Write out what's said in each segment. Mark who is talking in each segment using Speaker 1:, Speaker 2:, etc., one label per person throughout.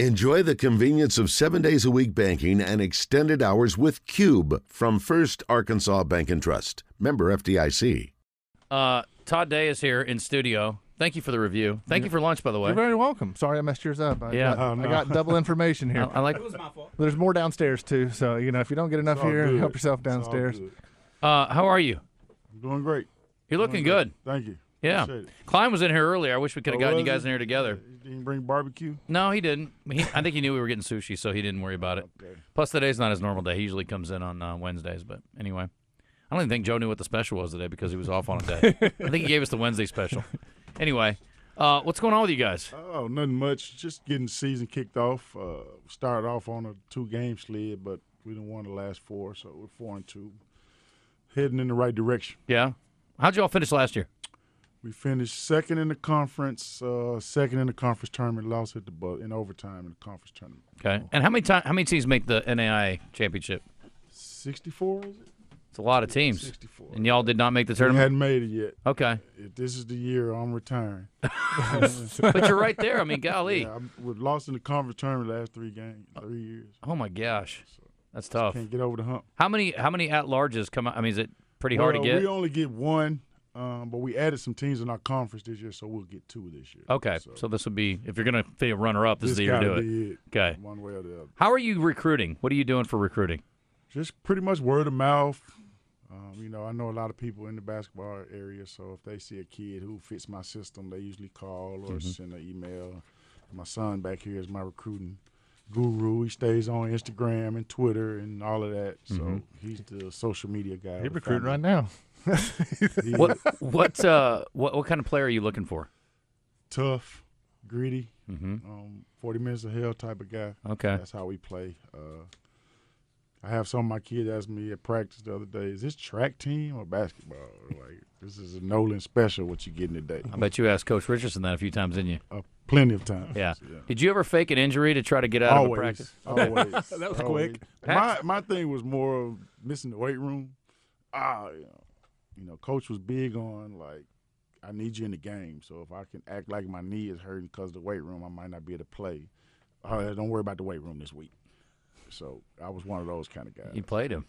Speaker 1: Enjoy the convenience of seven days a week banking and extended hours with Cube from First Arkansas Bank and Trust. Member FDIC.
Speaker 2: Uh, Todd Day is here in studio. Thank you for the review. Thank you for lunch, by the way.
Speaker 3: You're very welcome. Sorry I messed yours up. I
Speaker 2: Yeah.
Speaker 3: got,
Speaker 4: Oh,
Speaker 3: I
Speaker 4: no.
Speaker 3: got double information
Speaker 2: I,
Speaker 3: here.
Speaker 2: I like.
Speaker 3: There's more downstairs too, so you know if you don't get enough
Speaker 4: all
Speaker 3: here,
Speaker 4: good.
Speaker 3: help yourself
Speaker 4: It's all
Speaker 3: downstairs.
Speaker 4: good.
Speaker 2: Uh, how are you?
Speaker 4: I'm doing great.
Speaker 2: You're looking
Speaker 4: Doing
Speaker 2: good.
Speaker 4: Thank you.
Speaker 2: Yeah.
Speaker 4: Appreciate it.
Speaker 2: Klein was in here earlier. I wish we could have
Speaker 4: Oh,
Speaker 2: gotten you
Speaker 4: was
Speaker 2: guys
Speaker 4: he?
Speaker 2: in here together.
Speaker 4: You didn't bring barbecue.
Speaker 2: No, he didn't. He, I think he knew we were getting sushi, so he didn't worry about it. Plus, today's not his normal day. He usually comes in on uh, Wednesdays, but anyway. I don't even think Joe knew what the special was today because he was off on a day. I think he gave us the Wednesday special. Anyway, uh, what's going on with you guys?
Speaker 4: Oh, nothing much. Just getting season kicked off. Uh, started off on a two game slid, but we didn't win the last four, so we're four and two. Heading in the right direction.
Speaker 2: Yeah. How'd y'all finish last year?
Speaker 4: We finished second in the conference, uh, second in the conference tournament, lost at the bu- in overtime in the conference tournament.
Speaker 2: Okay. And how many time, how many teams make the NAIA championship?
Speaker 4: 64 is it?
Speaker 2: It's a lot of teams.
Speaker 4: 64.
Speaker 2: And y'all did not make the
Speaker 4: We
Speaker 2: tournament?
Speaker 4: hadn't made it yet.
Speaker 2: Okay.
Speaker 4: If this is the year I'm retiring.
Speaker 2: But you're right there. I mean, golly.
Speaker 4: Yeah, I'm, we've lost in the conference tournament the last three games, three years.
Speaker 2: Oh my gosh. That's tough.
Speaker 4: Can't get over the hump.
Speaker 2: How many how many at larges come out? I mean, is it pretty hard to
Speaker 4: Well,
Speaker 2: get?
Speaker 4: We only get one, um, but we added some teams in our conference this year, so we'll get two this year.
Speaker 2: Okay, so, this would be if you're going to be a runner up, this, is the year to do
Speaker 4: gotta
Speaker 2: it.
Speaker 4: be it,
Speaker 2: Okay.
Speaker 4: one way or the other.
Speaker 2: How are you recruiting? What are you doing for recruiting?
Speaker 4: Just pretty much word of mouth. Um, you know, I know a lot of people in the basketball area, so if they see a kid who fits my system, they usually call or send an email. My son back here is my recruiting guru. He stays on Instagram and Twitter and all of that. So he's the social media guy.
Speaker 3: You're recruiting right now.
Speaker 4: now.
Speaker 2: What what uh what what kind of player are you looking for?
Speaker 4: tough, gritty,
Speaker 2: Mm-hmm.
Speaker 4: um, 40 minutes of hell type of guy.
Speaker 2: Okay.
Speaker 4: That's how we play. Uh, I have some of my kids ask me at practice the other day, is this track team or basketball? Like, this is a Nolan special, what you getting today.
Speaker 2: I bet you asked Coach Richardson that a few times, didn't you?
Speaker 4: Uh, plenty of times.
Speaker 2: Yeah. Did you ever fake an injury to try to get out of a
Speaker 4: Always.
Speaker 2: practice?
Speaker 4: Always. that
Speaker 3: was quick.
Speaker 4: My, my thing was more of missing the weight room. Ah, you know, you know, coach was big on, like, I need you in the game. So if I can act like my knee is hurting because the weight room, I might not be able to play. Uh, don't worry about the weight room this week. So I was one of those kind of guys.
Speaker 2: You played him.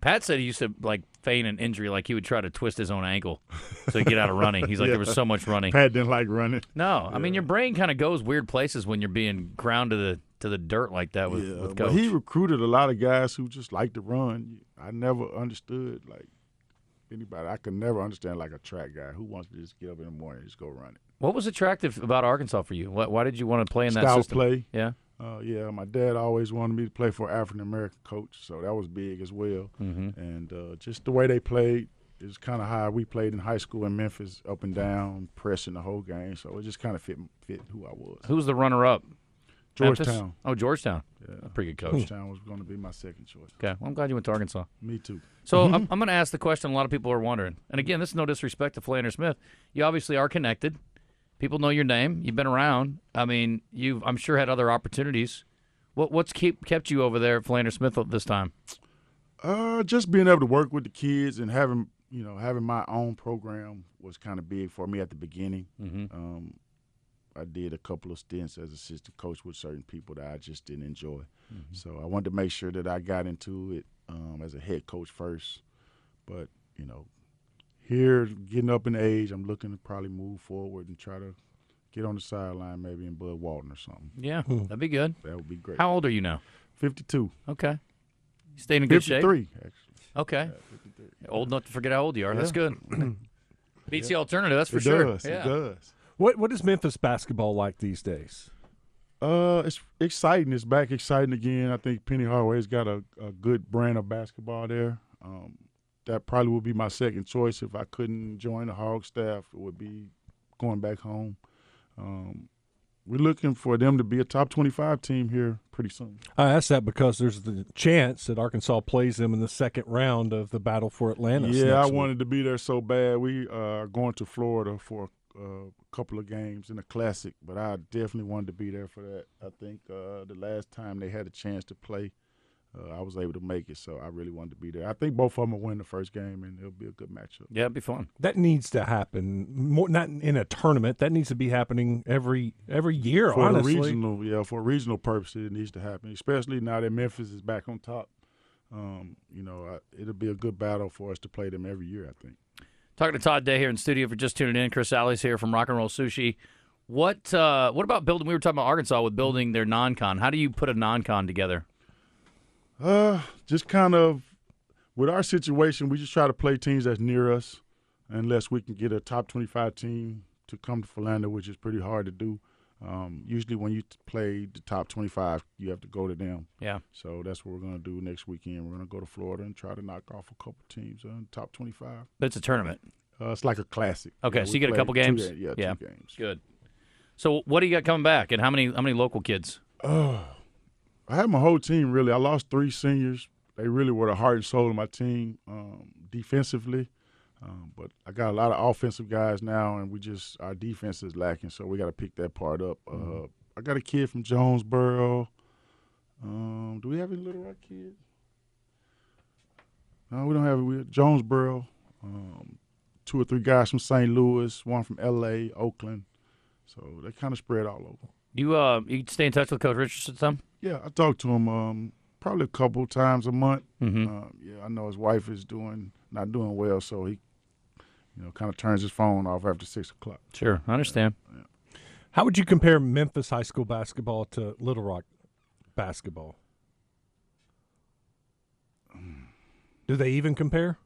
Speaker 2: Pat said he used to like feign an injury, like he would try to twist his own ankle so he'd get out of running. He's like, there was so much running.
Speaker 4: Pat didn't like running.
Speaker 2: No, I mean your brain kind of goes weird places when you're being ground to the to the dirt like that with, with
Speaker 4: Uh, but
Speaker 2: coach.
Speaker 4: he recruited a lot of guys who just like to run. I never understood like anybody. I could never understand like a track guy who wants to just get up in the morning and just go run it.
Speaker 2: what was attractive about Arkansas for you? Why, why did you want to play in that
Speaker 4: Style
Speaker 2: system?
Speaker 4: play.
Speaker 2: Yeah.
Speaker 4: Uh, yeah, my dad always wanted me to play for an African American coach, so that was big as well.
Speaker 2: Mm-hmm.
Speaker 4: And uh, just the way they played is kind of how we played in high school in Memphis, up and down, pressing the whole game. So it just kind of fit fit who I was.
Speaker 2: Who was the runner-up? Memphis?
Speaker 4: Georgetown. Hmm.
Speaker 2: Oh, Georgetown. A pretty good coach.
Speaker 4: Georgetown was going to be my second choice.
Speaker 2: Okay. Well, I'm glad you went to Arkansas.
Speaker 4: Me too.
Speaker 2: So I'm, I'm going to ask the question a lot of people are wondering. And again, this is no disrespect to Flanner Smith. You obviously are connected. People know your name. You've been around. I mean, you've I'm sure had other opportunities. What what's keep kept you over there at Flanner Smith this time?
Speaker 4: Uh, just being able to work with the kids and having you know having my own program was kind of big for me at the beginning. Um, I did a couple of stints as assistant coach with certain people that I just didn't enjoy, so I wanted to make sure that I got into it um, as a head coach first. But you know, here getting up in age, I'm looking to probably move forward and try to get on the sideline maybe in Bud Walton or something.
Speaker 2: Yeah, that'd be good.
Speaker 4: That would be great.
Speaker 2: How old are you now?
Speaker 4: 52,
Speaker 2: Okay. You staying in good shape?
Speaker 4: 53 actually.
Speaker 2: Okay. Old enough to forget how old you are. That's good. Beats the alternative, that's for
Speaker 4: it
Speaker 2: sure.
Speaker 4: does.
Speaker 2: yeah.
Speaker 4: It does.
Speaker 5: What what is Memphis basketball like these days?
Speaker 4: Uh, it's exciting. It's back exciting again. I think Penny Hardaway's got a, a good brand of basketball there. Um, that probably would be my second choice if I couldn't join the Hog staff. It would be going back home. Um, we're looking for them to be a top twenty-five team here pretty soon.
Speaker 5: I ask that because there's the chance that Arkansas plays them in the second round of the Battle for Atlantis.
Speaker 4: yeah,
Speaker 5: next
Speaker 4: I
Speaker 5: week.
Speaker 4: wanted to be there so bad. We uh, are going to Florida for uh, a couple of games in a classic, but I definitely wanted to be there for that. I think uh, the last time they had a chance to play, uh, I was able to make it, so I really wanted to be there. I think both of them will win the first game, and it'll be a good matchup.
Speaker 2: Yeah, it'd be fun.
Speaker 5: That needs to happen. More not in a tournament. That needs to be happening every every year.
Speaker 4: For
Speaker 5: honestly,
Speaker 4: a regional, yeah, for regional purposes, it needs to happen, especially now that Memphis is back on top. Um, you know, I, it'll be a good battle for us to play them every year. I think.
Speaker 2: Talking to Todd Day here in studio for just tuning in. Chris Alley's here from Rock and Roll Sushi. What uh, what about building? We were talking about Arkansas with building their non-con. How do you put a non-con together?
Speaker 4: Uh, just kind of with our situation, we just try to play teams that's near us, unless we can get a top twenty-five team to come to Philander, which is pretty hard to do. Um, usually, when you t- play the top twenty-five, you have to go to them.
Speaker 2: Yeah.
Speaker 4: So that's what we're gonna do next weekend. We're gonna go to Florida and try to knock off a couple teams on top twenty-five.
Speaker 2: But it's a tournament.
Speaker 4: Uh, it's like a classic.
Speaker 2: Okay,
Speaker 4: Yeah,
Speaker 2: so
Speaker 4: we
Speaker 2: you get a
Speaker 4: play
Speaker 2: couple
Speaker 4: two
Speaker 2: games?
Speaker 4: ga- yeah,
Speaker 2: Yeah.
Speaker 4: two games.
Speaker 2: Good. So what do you got coming back, and how many how many local kids?
Speaker 4: Uh, I had my whole team really. I lost three seniors. They really were the heart and soul of my team um, defensively. Um, but I got a lot of offensive guys now, and we just our defense is lacking, so we got to pick that part up. Uh, I got a kid from Jonesboro. Um, do we have any Little Rock kids? No, we don't have. We have Jonesboro. Um, two or three guys from St. Louis, one from L.A., Oakland. So they kind of spread all over.
Speaker 2: You uh you stay in touch with Coach Richardson some?
Speaker 4: Yeah, I talk to him um, probably a couple times a month.
Speaker 2: Mm-hmm.
Speaker 4: Um, yeah, I know his wife is doing not doing well, so he, you know, kind of turns his phone off after six o'clock.
Speaker 2: Sure, I understand.
Speaker 5: how would you compare Memphis high school basketball to Little Rock basketball? Do they even compare?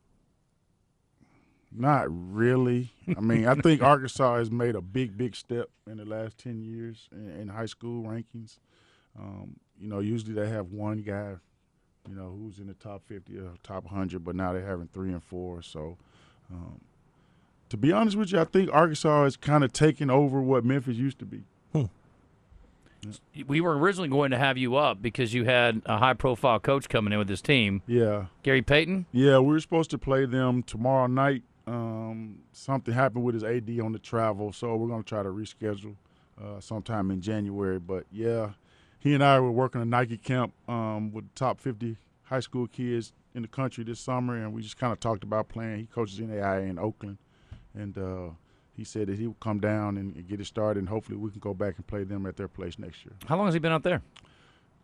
Speaker 4: Not really. I mean, I think Arkansas has made a big, big step in the last ten years in, in high school rankings. Um, you know, usually they have one guy, you know, who's in the top fifty or top hundred, but now they're having three and four. So, um, to be honest with you, I think Arkansas is kind of taking over what Memphis used to be.
Speaker 2: We were originally going to have you up because you had a high profile coach coming in with his team,
Speaker 4: Yeah.
Speaker 2: Gary Payton.
Speaker 4: Yeah, we were supposed to play them tomorrow night. Um, something happened with his AD on the travel, so we're going to try to reschedule uh, sometime in January. But yeah, he and I were working a Nike camp um, with the top 50 high school kids in the country this summer, and we just kind of talked about playing. He coaches NAIA in Oakland, and uh, he said that he would come down and get it started, and hopefully we can go back and play them at their place next year.
Speaker 2: How long has he been out there?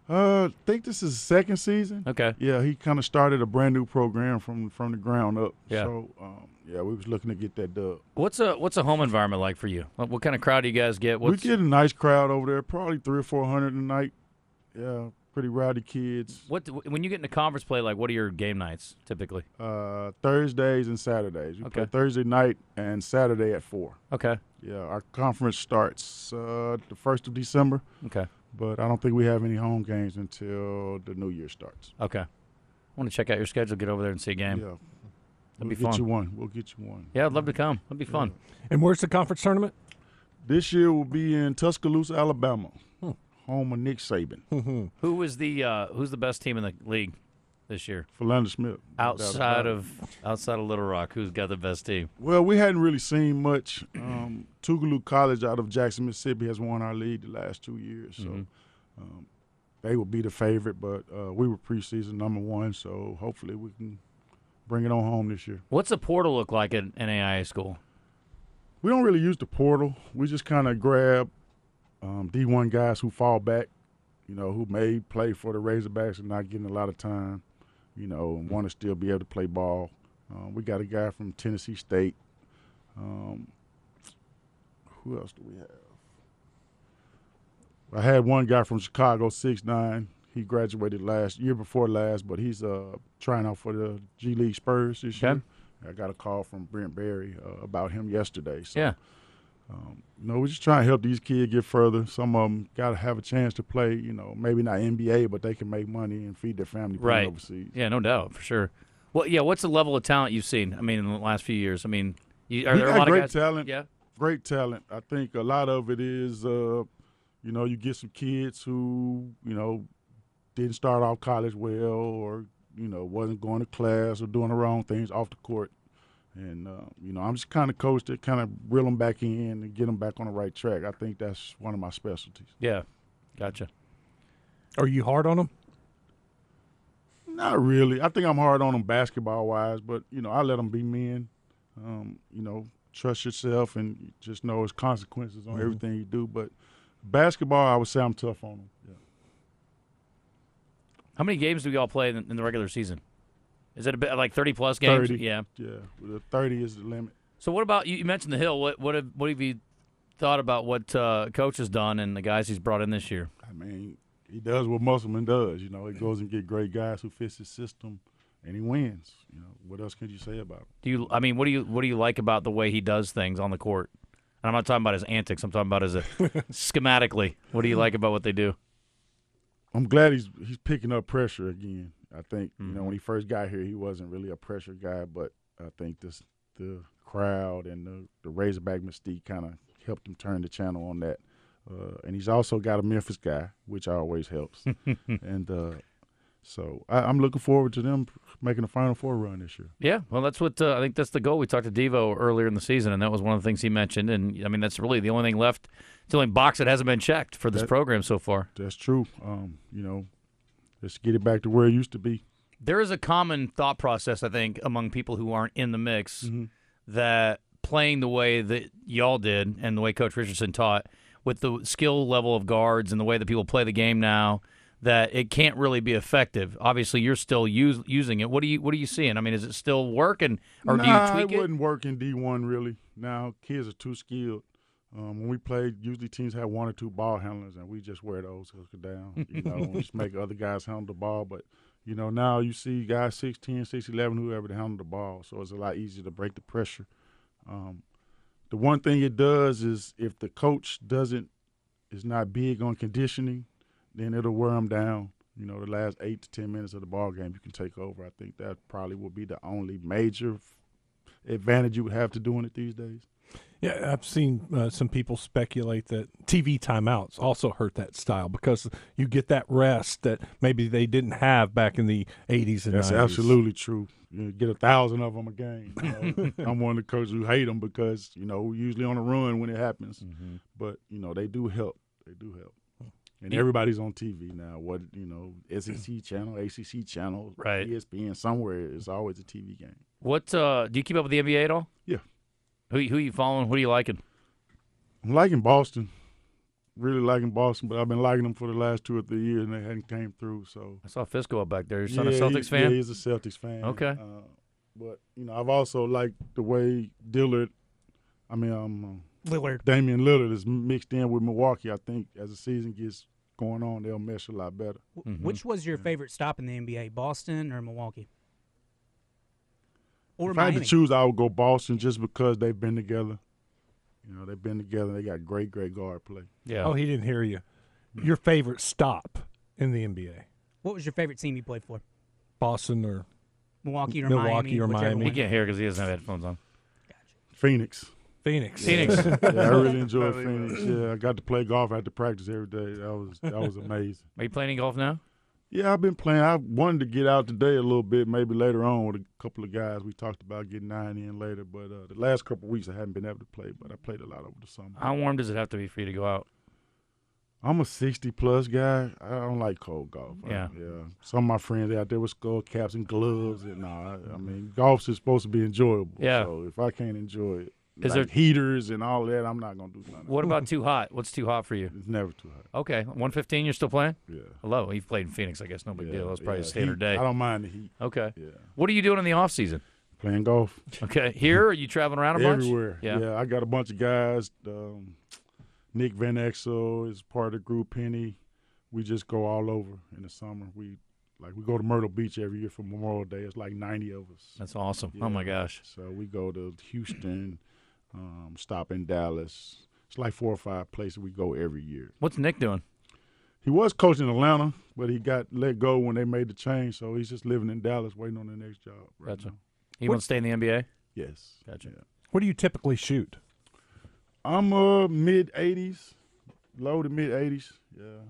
Speaker 4: Uh, I think this is his second season.
Speaker 2: Okay.
Speaker 4: Yeah, he kind of started a brand new program from from the ground up.
Speaker 2: Yeah.
Speaker 4: So um, yeah, we was looking to get that dub.
Speaker 2: What's a what's a home environment like for you? What, what kind of crowd do you guys get? What's,
Speaker 4: we get a nice crowd over there, probably three or four hundred a night. Yeah, pretty rowdy kids.
Speaker 2: what when you get into conference play? Like, what are your game nights typically?
Speaker 4: Uh, Thursdays and Saturdays. We play
Speaker 2: Okay.
Speaker 4: Thursday night and Saturday at four.
Speaker 2: Okay.
Speaker 4: Yeah, our conference starts uh, the first of December,
Speaker 2: Okay.
Speaker 4: but I don't think we have any home games until the new year starts.
Speaker 2: Okay. I want to check out your schedule. Get over there and see a game.
Speaker 4: Yeah,
Speaker 2: That'd
Speaker 4: we'll
Speaker 2: be
Speaker 4: get
Speaker 2: fun.
Speaker 4: you one. We'll get you one.
Speaker 2: Yeah, I'd love to come. That'd be fun.
Speaker 5: And where's the conference tournament?
Speaker 4: This year will be in Tuscaloosa, Alabama,
Speaker 2: Hmm.
Speaker 4: home of Nick Saban,
Speaker 2: Who is the uh, who's the best team in the league this year
Speaker 4: Philander Smith.
Speaker 2: outside of outside of Little Rock? Who's got the best team?
Speaker 4: Well, we hadn't really seen much. Um, Tougaloo College out of Jackson, Mississippi, has won our league the last two years, so um,
Speaker 2: Mm-hmm.
Speaker 4: they will be the favorite. But uh, we were preseason number one, so hopefully we can bring it on home this year.
Speaker 2: What's the portal look like at NAIA school?
Speaker 4: We don't really use the portal. We just kind of grab um, D1 guys who fall back, you know, who may play for the Razorbacks and not getting a lot of time, you know, and want to still be able to play ball. Um, we got a guy from Tennessee State. Um, who else do we have? I had one guy from Chicago, six nine. He graduated last year before last, but he's uh, trying out for the G League Spurs this
Speaker 2: Okay.
Speaker 4: year. I got a call from Brent Berry uh, about him yesterday. So um,
Speaker 2: Yeah.
Speaker 4: you know, we're just trying to help these kids get further. Some of them got to have a chance to play, you know, maybe not NBA, but they can make money and feed their family playing
Speaker 2: Right.
Speaker 4: overseas.
Speaker 2: Yeah, no doubt for sure. Well, yeah. What's the level of talent you've seen? I mean, in the last few years. I mean, you, are
Speaker 4: We
Speaker 2: there a
Speaker 4: got
Speaker 2: lot
Speaker 4: great
Speaker 2: of guys?
Speaker 4: talent.
Speaker 2: Yeah.
Speaker 4: Great talent. I think a lot of it is, uh, you know, you get some kids who, you know, didn't start off college well or, you know, wasn't going to class or doing the wrong things off the court. And, uh, you know, I'm just kind of coached to kind of reel them back in and get them back on the right track. I think that's one of my specialties.
Speaker 2: Yeah. Gotcha.
Speaker 5: Are you hard on them?
Speaker 4: Not really. I think I'm hard on them basketball wise, but you know I let them be men. Um, you know, trust yourself and just know it's consequences on everything you do. But basketball, I would say I'm tough on them.
Speaker 2: How many games do we all play in, in the regular season? Is it a bit, like thirty plus games?
Speaker 4: 30.
Speaker 2: Yeah.
Speaker 4: Yeah, well, the 30 is the limit.
Speaker 2: So what about you? You mentioned the hill. What what have what have you thought about what uh, coach has done and the guys he's brought in this year?
Speaker 4: I mean, he does what Musselman does. You know, he goes and get great guys who fits his system, and he wins. You know, what else could you say about him?
Speaker 2: Do you? I mean, what do you what do you like about the way he does things on the court? And I'm not talking about his antics. I'm talking about his uh, schematically. What do you like about what they do?
Speaker 4: I'm glad he's he's picking up pressure again. I think you know when he first got here, he wasn't really a pressure guy, but I think this the crowd and the, the Razorback mystique kind of helped him turn the channel on that. Uh, and he's also got a Memphis guy, which always helps. and uh, so I, I'm looking forward to them making a Final Four run this year.
Speaker 2: Yeah, well, that's what uh, I think. That's the goal. We talked to Devo earlier in the season, and that was one of the things he mentioned. And I mean, that's really the only thing left. It's the only box that hasn't been checked for this
Speaker 4: That-
Speaker 2: program so far.
Speaker 4: That's true. Um, you know, let's get it back to where it used to be.
Speaker 2: There is a common thought process, I think, among people who aren't in the mix
Speaker 4: Mm-hmm.
Speaker 2: that playing the way that y'all did and the way Coach Richardson taught, with the skill level of guards and the way that people play the game now, that it can't really be effective. Obviously, you're still use, using it. What do you What are you seeing? I mean, is it still working, or
Speaker 4: nah,
Speaker 2: do you
Speaker 4: it,
Speaker 2: tweak it?
Speaker 4: wouldn't work in D one really. Now kids are too skilled. Um, when we played, usually teams had one or two ball handlers, and we just wear those hookers down, you know, and just make other guys handle the ball. But you know, now you see guys 6'10", 6'11", whoever to handle the ball, so it's a lot easier to break the pressure. Um, the one thing it does is if the coach doesn't is not big on conditioning, then it'll wear them down. You know, the last eight to ten minutes of the ball game, you can take over. I think that probably would be the only major advantage you would have to doing it these days.
Speaker 5: Yeah, I've seen uh, some people speculate that TV timeouts also hurt that style because you get that rest that maybe they didn't have back in the 80s and 90s.
Speaker 4: That's absolutely true. You get a thousand of them a game. you know. I'm one of the coaches who hate them because you know we're usually on the run when it happens, but you know they do help. They do help. And everybody's on TV now. What you know, SEC channel, ACC channel, E
Speaker 2: Right.
Speaker 4: ESPN, somewhere is always a TV game.
Speaker 2: What uh, do you keep up with the NBA at all?
Speaker 4: Yeah.
Speaker 2: Who who you following? Who are you liking?
Speaker 4: I'm liking Boston. Really liking Boston, but I've been liking them for the last two or three years, and they hadn't came through. So,
Speaker 2: I saw Fisco up back there. Your son a
Speaker 4: Yeah,
Speaker 2: Celtics
Speaker 4: he-
Speaker 2: fan?
Speaker 4: Yeah, he's a Celtics fan.
Speaker 2: Okay.
Speaker 4: Uh, but you know, I've also liked the way Dillard. I mean, um,
Speaker 6: Lillard.
Speaker 4: Damian Lillard is mixed in with Milwaukee. I think as the season gets going on, they'll mesh a lot better.
Speaker 2: Mhm.
Speaker 6: W Which was your favorite stop in the NBA, Boston or Milwaukee? Or
Speaker 4: if I had
Speaker 6: Miami?
Speaker 4: to choose, I would go Boston just because they've been together. You know, they've been together. They got great, great guard play.
Speaker 2: yeah.
Speaker 5: Oh, he didn't hear you. Your favorite stop in the NBA?
Speaker 6: What was your favorite team you played for?
Speaker 5: Boston or
Speaker 6: Milwaukee or
Speaker 5: Milwaukee
Speaker 6: Miami?
Speaker 5: or
Speaker 6: whichever
Speaker 5: Miami.
Speaker 2: he
Speaker 6: one.
Speaker 2: can't hear because he doesn't have headphones on.
Speaker 4: Phoenix.
Speaker 5: Phoenix?
Speaker 2: Phoenix.
Speaker 4: Yeah, I really enjoyed Phoenix. Yeah, I got to play golf. I had to practice every day. That was that was amazing.
Speaker 2: Are you playing any golf now?
Speaker 4: Yeah, I've been playing. I wanted to get out today a little bit, maybe later on with a couple of guys. We talked about getting nine in later, but uh, the last couple of weeks I haven't been able to play, but I played a lot over the summer.
Speaker 2: How warm does it have to be for you to go out?
Speaker 4: I'm a 60 plus guy. I don't like cold golf. I-
Speaker 2: Yeah.
Speaker 4: yeah. Some of my friends out there with skull caps and gloves, and nah, I, I mean, golf's is supposed to be enjoyable.
Speaker 2: Yeah.
Speaker 4: So if I can't enjoy it,
Speaker 2: Is
Speaker 4: like
Speaker 2: there-
Speaker 4: heaters and all that? I'm not gonna do nothing.
Speaker 2: What about too hot? What's too hot for you?
Speaker 4: It's never too hot.
Speaker 2: Okay, 115. You're still playing?
Speaker 4: Yeah.
Speaker 2: Hello. You've played in Phoenix, I guess. No big
Speaker 4: yeah,
Speaker 2: deal. That's probably
Speaker 4: yeah.
Speaker 2: a standard
Speaker 4: Heat-
Speaker 2: day.
Speaker 4: I don't mind the heat.
Speaker 2: Okay.
Speaker 4: Yeah.
Speaker 2: What are you doing in the off season?
Speaker 4: Playing golf.
Speaker 2: Okay. Here, are you traveling around a bunch?
Speaker 4: everywhere.
Speaker 2: Yeah.
Speaker 4: Yeah. I got a bunch of guys. Um, Nick Van Exel is part of the group. Penny, we just go all over in the summer. We like we go to Myrtle Beach every year for Memorial Day. It's like ninety of us.
Speaker 2: That's awesome.
Speaker 4: Yeah.
Speaker 2: Oh my gosh.
Speaker 4: So we go to Houston, um, stop in Dallas. It's like four or five places we go every year.
Speaker 2: What's Nick doing?
Speaker 4: He was coaching Atlanta, but he got let go when they made the change. So he's just living in Dallas, waiting on the next job. Right
Speaker 2: Gotcha.
Speaker 4: now.
Speaker 2: He wants to stay in the NBA.
Speaker 4: Yes.
Speaker 2: Gotcha.
Speaker 4: Yeah.
Speaker 5: What do you typically shoot?
Speaker 4: I'm uh mid eighties, low to mid eighties. Yeah,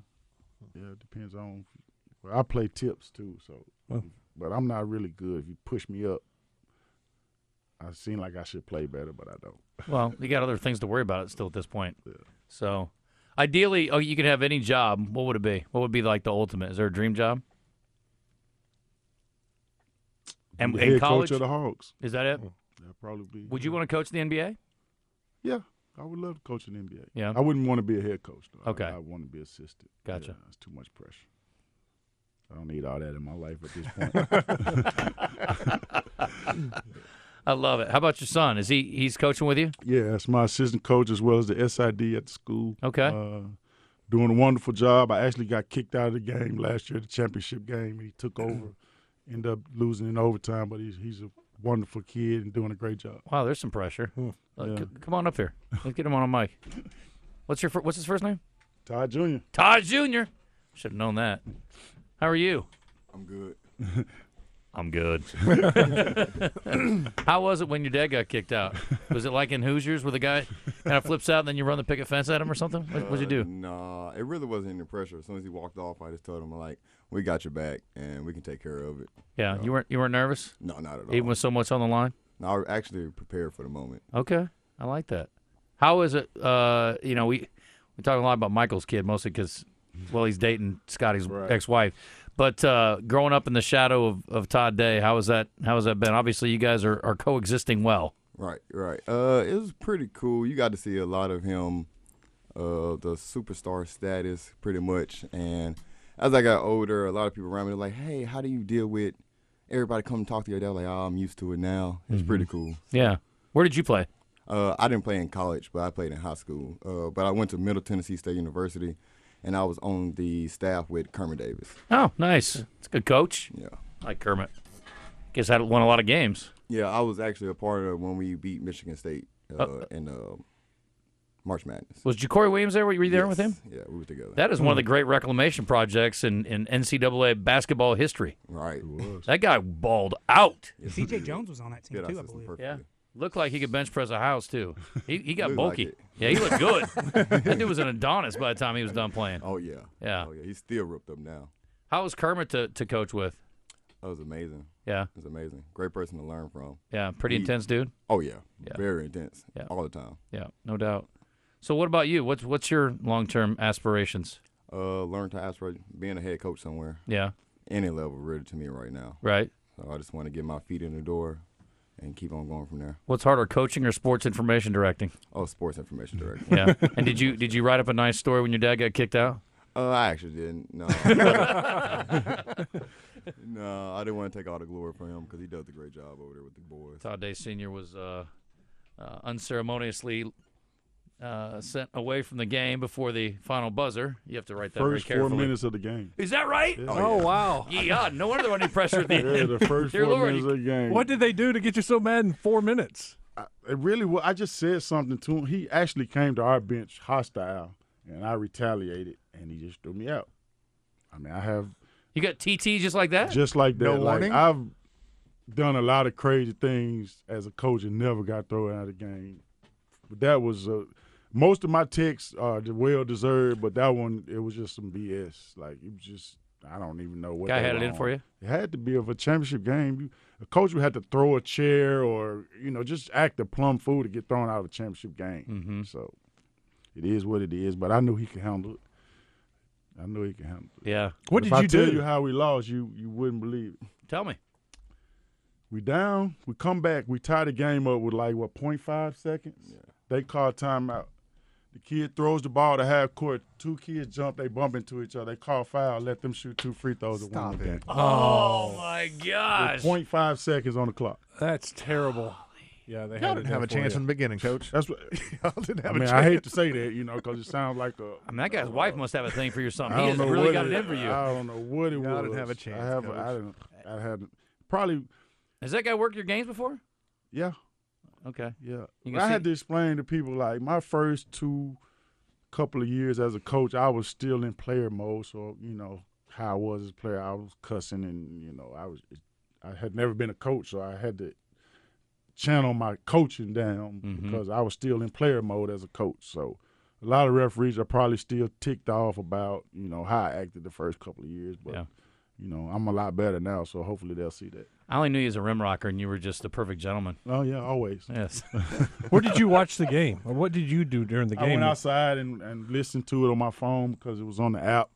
Speaker 4: yeah. It depends on. Well, I play tips too, so.
Speaker 5: Oh.
Speaker 4: But I'm not really good. If you push me up, I seem like I should play better, but I don't.
Speaker 2: Well, you got other things to worry about still at this point. So, ideally, oh, you could have any job. What would it be? What would be like the ultimate? Is there a dream job? And,
Speaker 4: the
Speaker 2: and
Speaker 4: head
Speaker 2: college
Speaker 4: coach of the Hawks.
Speaker 2: is that
Speaker 4: Oh.
Speaker 2: it?
Speaker 4: That'd probably be.
Speaker 2: Would you want to coach the NBA?
Speaker 4: Yeah, I would love to coach in the NBA.
Speaker 2: Yeah.
Speaker 4: I wouldn't want to be a head coach. Though. I-
Speaker 2: Okay.
Speaker 4: I, want to be assistant.
Speaker 2: Gotcha.
Speaker 4: Yeah, it's too much pressure. I don't need all that in my life at this point.
Speaker 2: I love it. How about your son? Is he he's coaching with you?
Speaker 4: yeah, that's my assistant coach as well as the SID at the school.
Speaker 2: Okay.
Speaker 4: Uh, doing a wonderful job. I actually got kicked out of the game last year, the championship game. He took over, ended up losing in overtime, but he's he's a wonderful kid and doing a great job.
Speaker 2: Wow, there's some pressure. Uh,
Speaker 4: Yeah.
Speaker 2: c- come on up here. Let's get him on a mic. What's your fir- what's his first name?
Speaker 4: Todd Jr.
Speaker 2: Todd Jr. Should have known that. How are you? I'm good. I'm good. How was it when your dad got kicked out? Was it like in Hoosiers where the guy kind of flips out and then you run the picket fence at him or something? What, what'd you
Speaker 7: Uh,
Speaker 2: do?
Speaker 7: Nah, it really wasn't any pressure. As soon as he walked off, I just told him like, "We got your back, and we can take care of it."
Speaker 2: Yeah, you weren't you weren't nervous,
Speaker 7: No, not at all.
Speaker 2: even with so much on the line.
Speaker 7: no, I was actually prepared for the moment.
Speaker 2: Okay, I like that. How is it? Uh, you know, we we talk a lot about Michael's kid mostly because, well, he's dating Scotty's ex-wife. But uh, growing up in the shadow of, of Todd Day, how has that how has that been? Obviously, you guys are, are coexisting well.
Speaker 7: Right, right. Uh, it was pretty cool. You got to see a lot of him, uh, the superstar status, pretty much. And as I got older, a lot of people around me were like, "Hey, how do you deal with everybody come talk to your dad?" Like, "Oh, I'm used to it now. It's
Speaker 2: Mm-hmm.
Speaker 7: pretty cool."
Speaker 2: Yeah. Where did you play?
Speaker 7: Uh, I didn't play in college, but I played in high school. Uh, but I went to Middle Tennessee State University, and I was on the staff with Kermit Davis.
Speaker 2: Oh, nice. It's a good coach.
Speaker 7: Yeah,
Speaker 2: I like Kermit. Guess I won a lot of games.
Speaker 7: yeah. I was actually a part of when we beat Michigan State uh, in uh, March Madness.
Speaker 2: Was Ja'Cory Williams there? Were you there with
Speaker 7: Yes.
Speaker 2: him?
Speaker 7: Yeah, we were together.
Speaker 2: That is one of the great reclamation projects in, in NCAA basketball history.
Speaker 7: right.
Speaker 2: That guy balled out.
Speaker 6: CJ Jones was on that team
Speaker 7: Fit our
Speaker 6: too, I
Speaker 7: system
Speaker 6: believe.
Speaker 7: perfectly.
Speaker 2: Yeah. Looked like he could bench press a house too. He, he got
Speaker 7: Looked like
Speaker 2: bulky.
Speaker 7: it.
Speaker 2: yeah, he looked good. that dude was an Adonis by the time he was done playing.
Speaker 7: Oh yeah.
Speaker 2: Yeah.
Speaker 7: Oh yeah. He's still ripped up now.
Speaker 2: How was Kermit to, to coach with?
Speaker 7: That was amazing.
Speaker 2: Yeah,
Speaker 7: It was amazing. Great person to learn from.
Speaker 2: yeah, pretty
Speaker 7: He-
Speaker 2: intense dude.
Speaker 7: Oh yeah.
Speaker 2: Yeah.
Speaker 7: Very intense.
Speaker 2: Yeah.
Speaker 7: All the time.
Speaker 2: Yeah, no doubt. So what about you? What's what's your long term aspirations?
Speaker 7: Uh, learn to ask for being a head coach somewhere,
Speaker 2: Yeah,
Speaker 7: any level, really, to me right now.
Speaker 2: right.
Speaker 7: So I just want to get my feet in the door and keep on going from there.
Speaker 2: What's harder, coaching or sports information directing?
Speaker 7: Oh, sports information director.
Speaker 2: Yeah. and did you did you write up a nice story when your dad got kicked out?
Speaker 7: Uh, I actually didn't. No. no, I didn't want to take all the glory from him because he does a great job over there with the boys.
Speaker 2: Todd Day Senior was uh, uh, unceremoniously uh, sent away from the game before the final buzzer. You have to write that very
Speaker 4: First four
Speaker 2: carefully.
Speaker 4: minutes of the game.
Speaker 2: Is that right?
Speaker 7: Oh,
Speaker 5: wow.
Speaker 2: Yeah, no wonder they're under pressure at the
Speaker 4: Yeah,
Speaker 2: end.
Speaker 4: the first
Speaker 2: Dear
Speaker 4: four
Speaker 2: Lord,
Speaker 4: minutes
Speaker 2: you-
Speaker 4: of the game.
Speaker 5: What did they do to get you so mad in four minutes?
Speaker 4: I, it really was. I just said something to him. He actually came to our bench hostile, and I retaliated, and he just threw me out. I mean, I have
Speaker 2: You got TT just like that?
Speaker 4: just like that.
Speaker 3: No
Speaker 4: like
Speaker 3: warning?
Speaker 4: I've done a lot of crazy things as a coach and never got thrown out of the game. But that was uh, most of my texts are well deserved, but that one it was just some BS. Like it was just I don't even know what
Speaker 2: Guy
Speaker 4: they
Speaker 2: had it
Speaker 4: were
Speaker 2: in
Speaker 4: on.
Speaker 2: for you.
Speaker 4: It had to be of a championship game. You, a coach would have to throw a chair or you know just act a plum fool to get thrown out of a championship game.
Speaker 2: Mm-hmm.
Speaker 4: So it is what it is. But I knew he could handle it. I knew he could handle it.
Speaker 2: Yeah.
Speaker 5: What
Speaker 4: if
Speaker 5: did
Speaker 4: I
Speaker 5: you
Speaker 4: tell
Speaker 5: do?
Speaker 4: you how we lost, you you wouldn't believe it.
Speaker 2: Tell me.
Speaker 4: We down. We come back. We tie the game up with like what 0.5 seconds. They call timeout. The kid throws the ball to half court. Two kids jump. They bump into each other. They call foul. Let them shoot two free throws. to win the game.
Speaker 2: Oh, my gosh.
Speaker 4: 0.5 seconds on the clock.
Speaker 5: That's terrible. Yeah, they
Speaker 3: Y'all
Speaker 5: had
Speaker 3: didn't have a chance in the beginning, Coach.
Speaker 4: That's what.
Speaker 3: Y'all didn't
Speaker 4: I
Speaker 3: have a
Speaker 4: mean,
Speaker 3: chance.
Speaker 4: I hate to say that, you know, because it sounds like a.
Speaker 2: I mean, that guy's wife must have a thing for you or something.
Speaker 4: I
Speaker 2: He has
Speaker 4: don't know
Speaker 2: really
Speaker 4: what
Speaker 2: got it
Speaker 4: it-
Speaker 2: in for you.
Speaker 4: I don't know what it was.
Speaker 3: Y'all didn't have a chance,
Speaker 4: I have. I
Speaker 3: Coach.
Speaker 4: didn't. I hadn't. Probably.
Speaker 2: Has that guy worked your games before?
Speaker 4: Yeah.
Speaker 2: Okay.
Speaker 4: Yeah.
Speaker 2: You
Speaker 4: I
Speaker 2: can
Speaker 4: had
Speaker 2: see-
Speaker 4: to explain to people like my first two couple of years as a coach, I was still in player mode. So you know how I was as a player, I was cussing, and you know I was I had never been a coach, so I had to channel my coaching down
Speaker 2: Mm-hmm.
Speaker 4: because I was still in player mode as a coach. So a lot of referees are probably still ticked off about you know how I acted the first couple of years, but.
Speaker 2: Yeah.
Speaker 4: You know, I'm a lot better now, so hopefully they'll see that.
Speaker 2: I only knew you as a rim rocker, and you were just the perfect gentleman.
Speaker 4: Oh yeah, always.
Speaker 2: Yes.
Speaker 5: Where did you watch the game? Or what did you do during the
Speaker 4: I
Speaker 5: game?
Speaker 4: went outside and, and listened to it on my phone because it was on the app,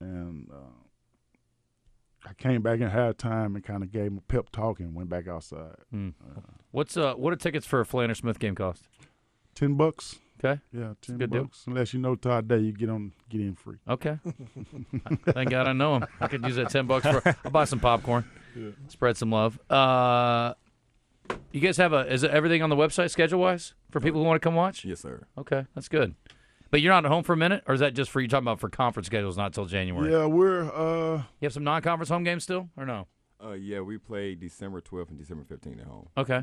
Speaker 4: and uh, I came back in halftime and kind of gave him a pep talk and went back outside.
Speaker 2: Hmm. What's uh what are tickets for a Flanders Smith game cost?
Speaker 4: Ten bucks.
Speaker 2: Okay.
Speaker 4: Yeah, ten
Speaker 2: good deal.
Speaker 4: bucks. Unless you know Todd Day, you get on get in free.
Speaker 2: Okay. Thank God I know him. I could use that ten bucks for. I'll buy some popcorn. Spread some love. Uh, you guys have a is everything on the website schedule wise for people who want to come watch?
Speaker 7: Yes, sir.
Speaker 2: Okay, that's good. But you're not at home for a minute, or is that just for you talking about for conference schedules? Not till January.
Speaker 4: Yeah, we're uh
Speaker 2: You have some non-conference home games still, or no?
Speaker 7: Uh, yeah, we played December 12th and December 15th at home.
Speaker 2: Okay.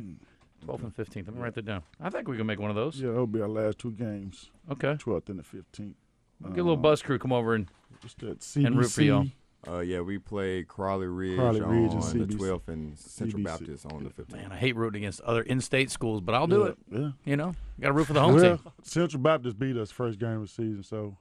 Speaker 2: 12th and 15th. Let me write that down. I think we can make one of those.
Speaker 4: Mm-hmm. yeah, that'll be our last two games,
Speaker 2: Okay.
Speaker 4: twelfth and the fifteenth.
Speaker 2: Get a little bus crew come over and
Speaker 4: It's that CBC,
Speaker 2: And root for y'all.
Speaker 7: Uh, yeah, we played Crawley Ridge,
Speaker 4: Crowley Ridge and
Speaker 7: on the
Speaker 4: CBC.
Speaker 7: 12th and Central
Speaker 4: CBC.
Speaker 7: Baptist on the 15th.
Speaker 2: man, I hate rooting against other in-state schools, but I'll do it.
Speaker 4: Yeah.
Speaker 2: You know, got to root for the home
Speaker 4: well,
Speaker 2: team.
Speaker 4: Central Baptist beat us first game of the season, so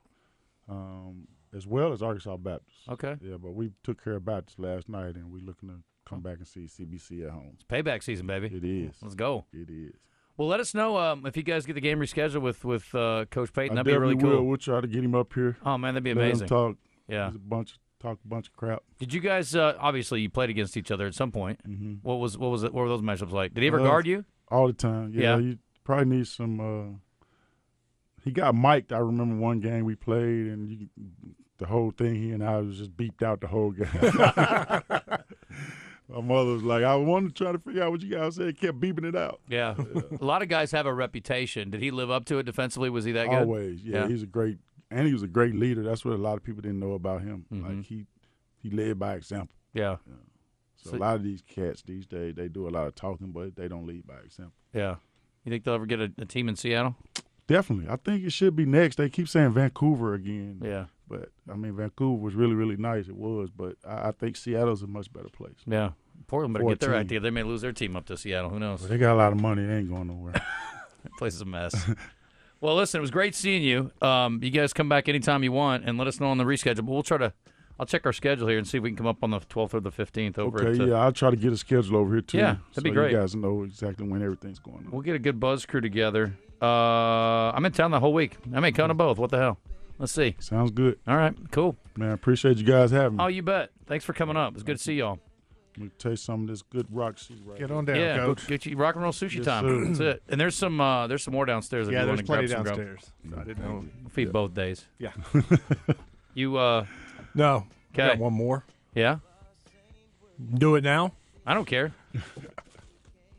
Speaker 4: um, as well as Arkansas Baptist.
Speaker 2: Okay.
Speaker 4: Yeah, but we took care of Baptist last night, and we're looking to come back and see CBC at home.
Speaker 2: Payback season, baby.
Speaker 4: It is.
Speaker 2: Let's go.
Speaker 4: It is.
Speaker 2: Well, let us know um, if you guys get the game rescheduled with with uh, Coach Payton.
Speaker 4: I
Speaker 2: That'd be really
Speaker 4: definitely will.
Speaker 2: cool.
Speaker 4: We'll try to get him up here.
Speaker 2: Oh man, that'd be
Speaker 4: Let him
Speaker 2: amazing.
Speaker 4: talk.
Speaker 2: Yeah.
Speaker 4: He's a bunch talk a bunch of crap.
Speaker 2: Did you guys? Uh, obviously, you played against each other at some point.
Speaker 4: Mhm.
Speaker 2: What was what was it, what were those matchups like? Did he ever
Speaker 4: Uh,
Speaker 2: guard you?
Speaker 4: all the time. Yeah,
Speaker 2: Yeah.
Speaker 4: you probably need some. Uh, he got mic'd. I remember one game we played, and you, the whole thing he and I was just beeped out the whole game. My mother was like, "I wanted to try to figure out what you guys said." Kept beeping it out.
Speaker 2: Yeah. a lot of guys have a reputation. Did he live up to it defensively? Was he that good?
Speaker 4: Always, yeah,
Speaker 2: Yeah.
Speaker 4: He's a great, and he was a great leader. That's what a lot of people didn't know about him.
Speaker 2: Mhm.
Speaker 4: Like he, he led by example.
Speaker 2: Yeah.
Speaker 4: So,
Speaker 2: So-
Speaker 4: a lot of these cats these days, they do a lot of talking, but they don't lead by example.
Speaker 2: Yeah. You think they'll ever get a, a team in Seattle?
Speaker 4: Definitely, I think it should be next. They keep saying Vancouver again.
Speaker 2: Yeah.
Speaker 4: But I mean, Vancouver was really, really nice. It was, but I, I think Seattle's a much better place.
Speaker 2: Yeah. Portland better get their
Speaker 4: 14.
Speaker 2: idea. They may lose their team up to Seattle. Who knows?
Speaker 4: But they got a lot of money. They ain't going nowhere.
Speaker 2: place is a mess. well, listen, it was great seeing you. Um, you guys come back anytime you want and let us know on the reschedule. But we'll try to, I'll check our schedule here and see if we can come up on the 12th or the 15th over
Speaker 4: okay,
Speaker 2: at. uh,
Speaker 4: yeah, I'll try to get a schedule over here too.
Speaker 2: Yeah, that'd
Speaker 4: so
Speaker 2: be great.
Speaker 4: You guys know exactly when everything's going on.
Speaker 2: We'll get a good buzz crew together. Uh, I'm in town the whole week. I may come to both. What the hell? Let's see.
Speaker 4: Sounds good,
Speaker 2: All right, cool.
Speaker 4: man. I appreciate you guys having me.
Speaker 2: Oh, you bet. Thanks for coming up. It's good to see y'all.
Speaker 4: Let me taste some of this good rock seed right.
Speaker 3: Get
Speaker 4: here.
Speaker 3: on down,
Speaker 2: yeah, go
Speaker 3: coach.
Speaker 2: get you rock and roll sushi
Speaker 4: Yes,
Speaker 2: time.
Speaker 4: sir.
Speaker 2: That's it. And there's some uh, there's some more downstairs. If
Speaker 3: Yeah,
Speaker 2: you
Speaker 3: there's
Speaker 2: want to
Speaker 3: plenty
Speaker 2: grab some grub.
Speaker 3: downstairs. I didn't know.
Speaker 2: We'll feed both days.
Speaker 3: Yeah.
Speaker 2: you uh,
Speaker 5: No. I got
Speaker 2: Okay.
Speaker 5: one more.
Speaker 2: yeah.
Speaker 5: Do it now.
Speaker 2: I don't care.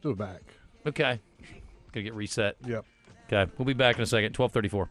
Speaker 3: Do it back.
Speaker 2: Okay. Gonna get reset.
Speaker 3: Yep.
Speaker 2: Okay. We'll be back in a second. Twelve thirty four.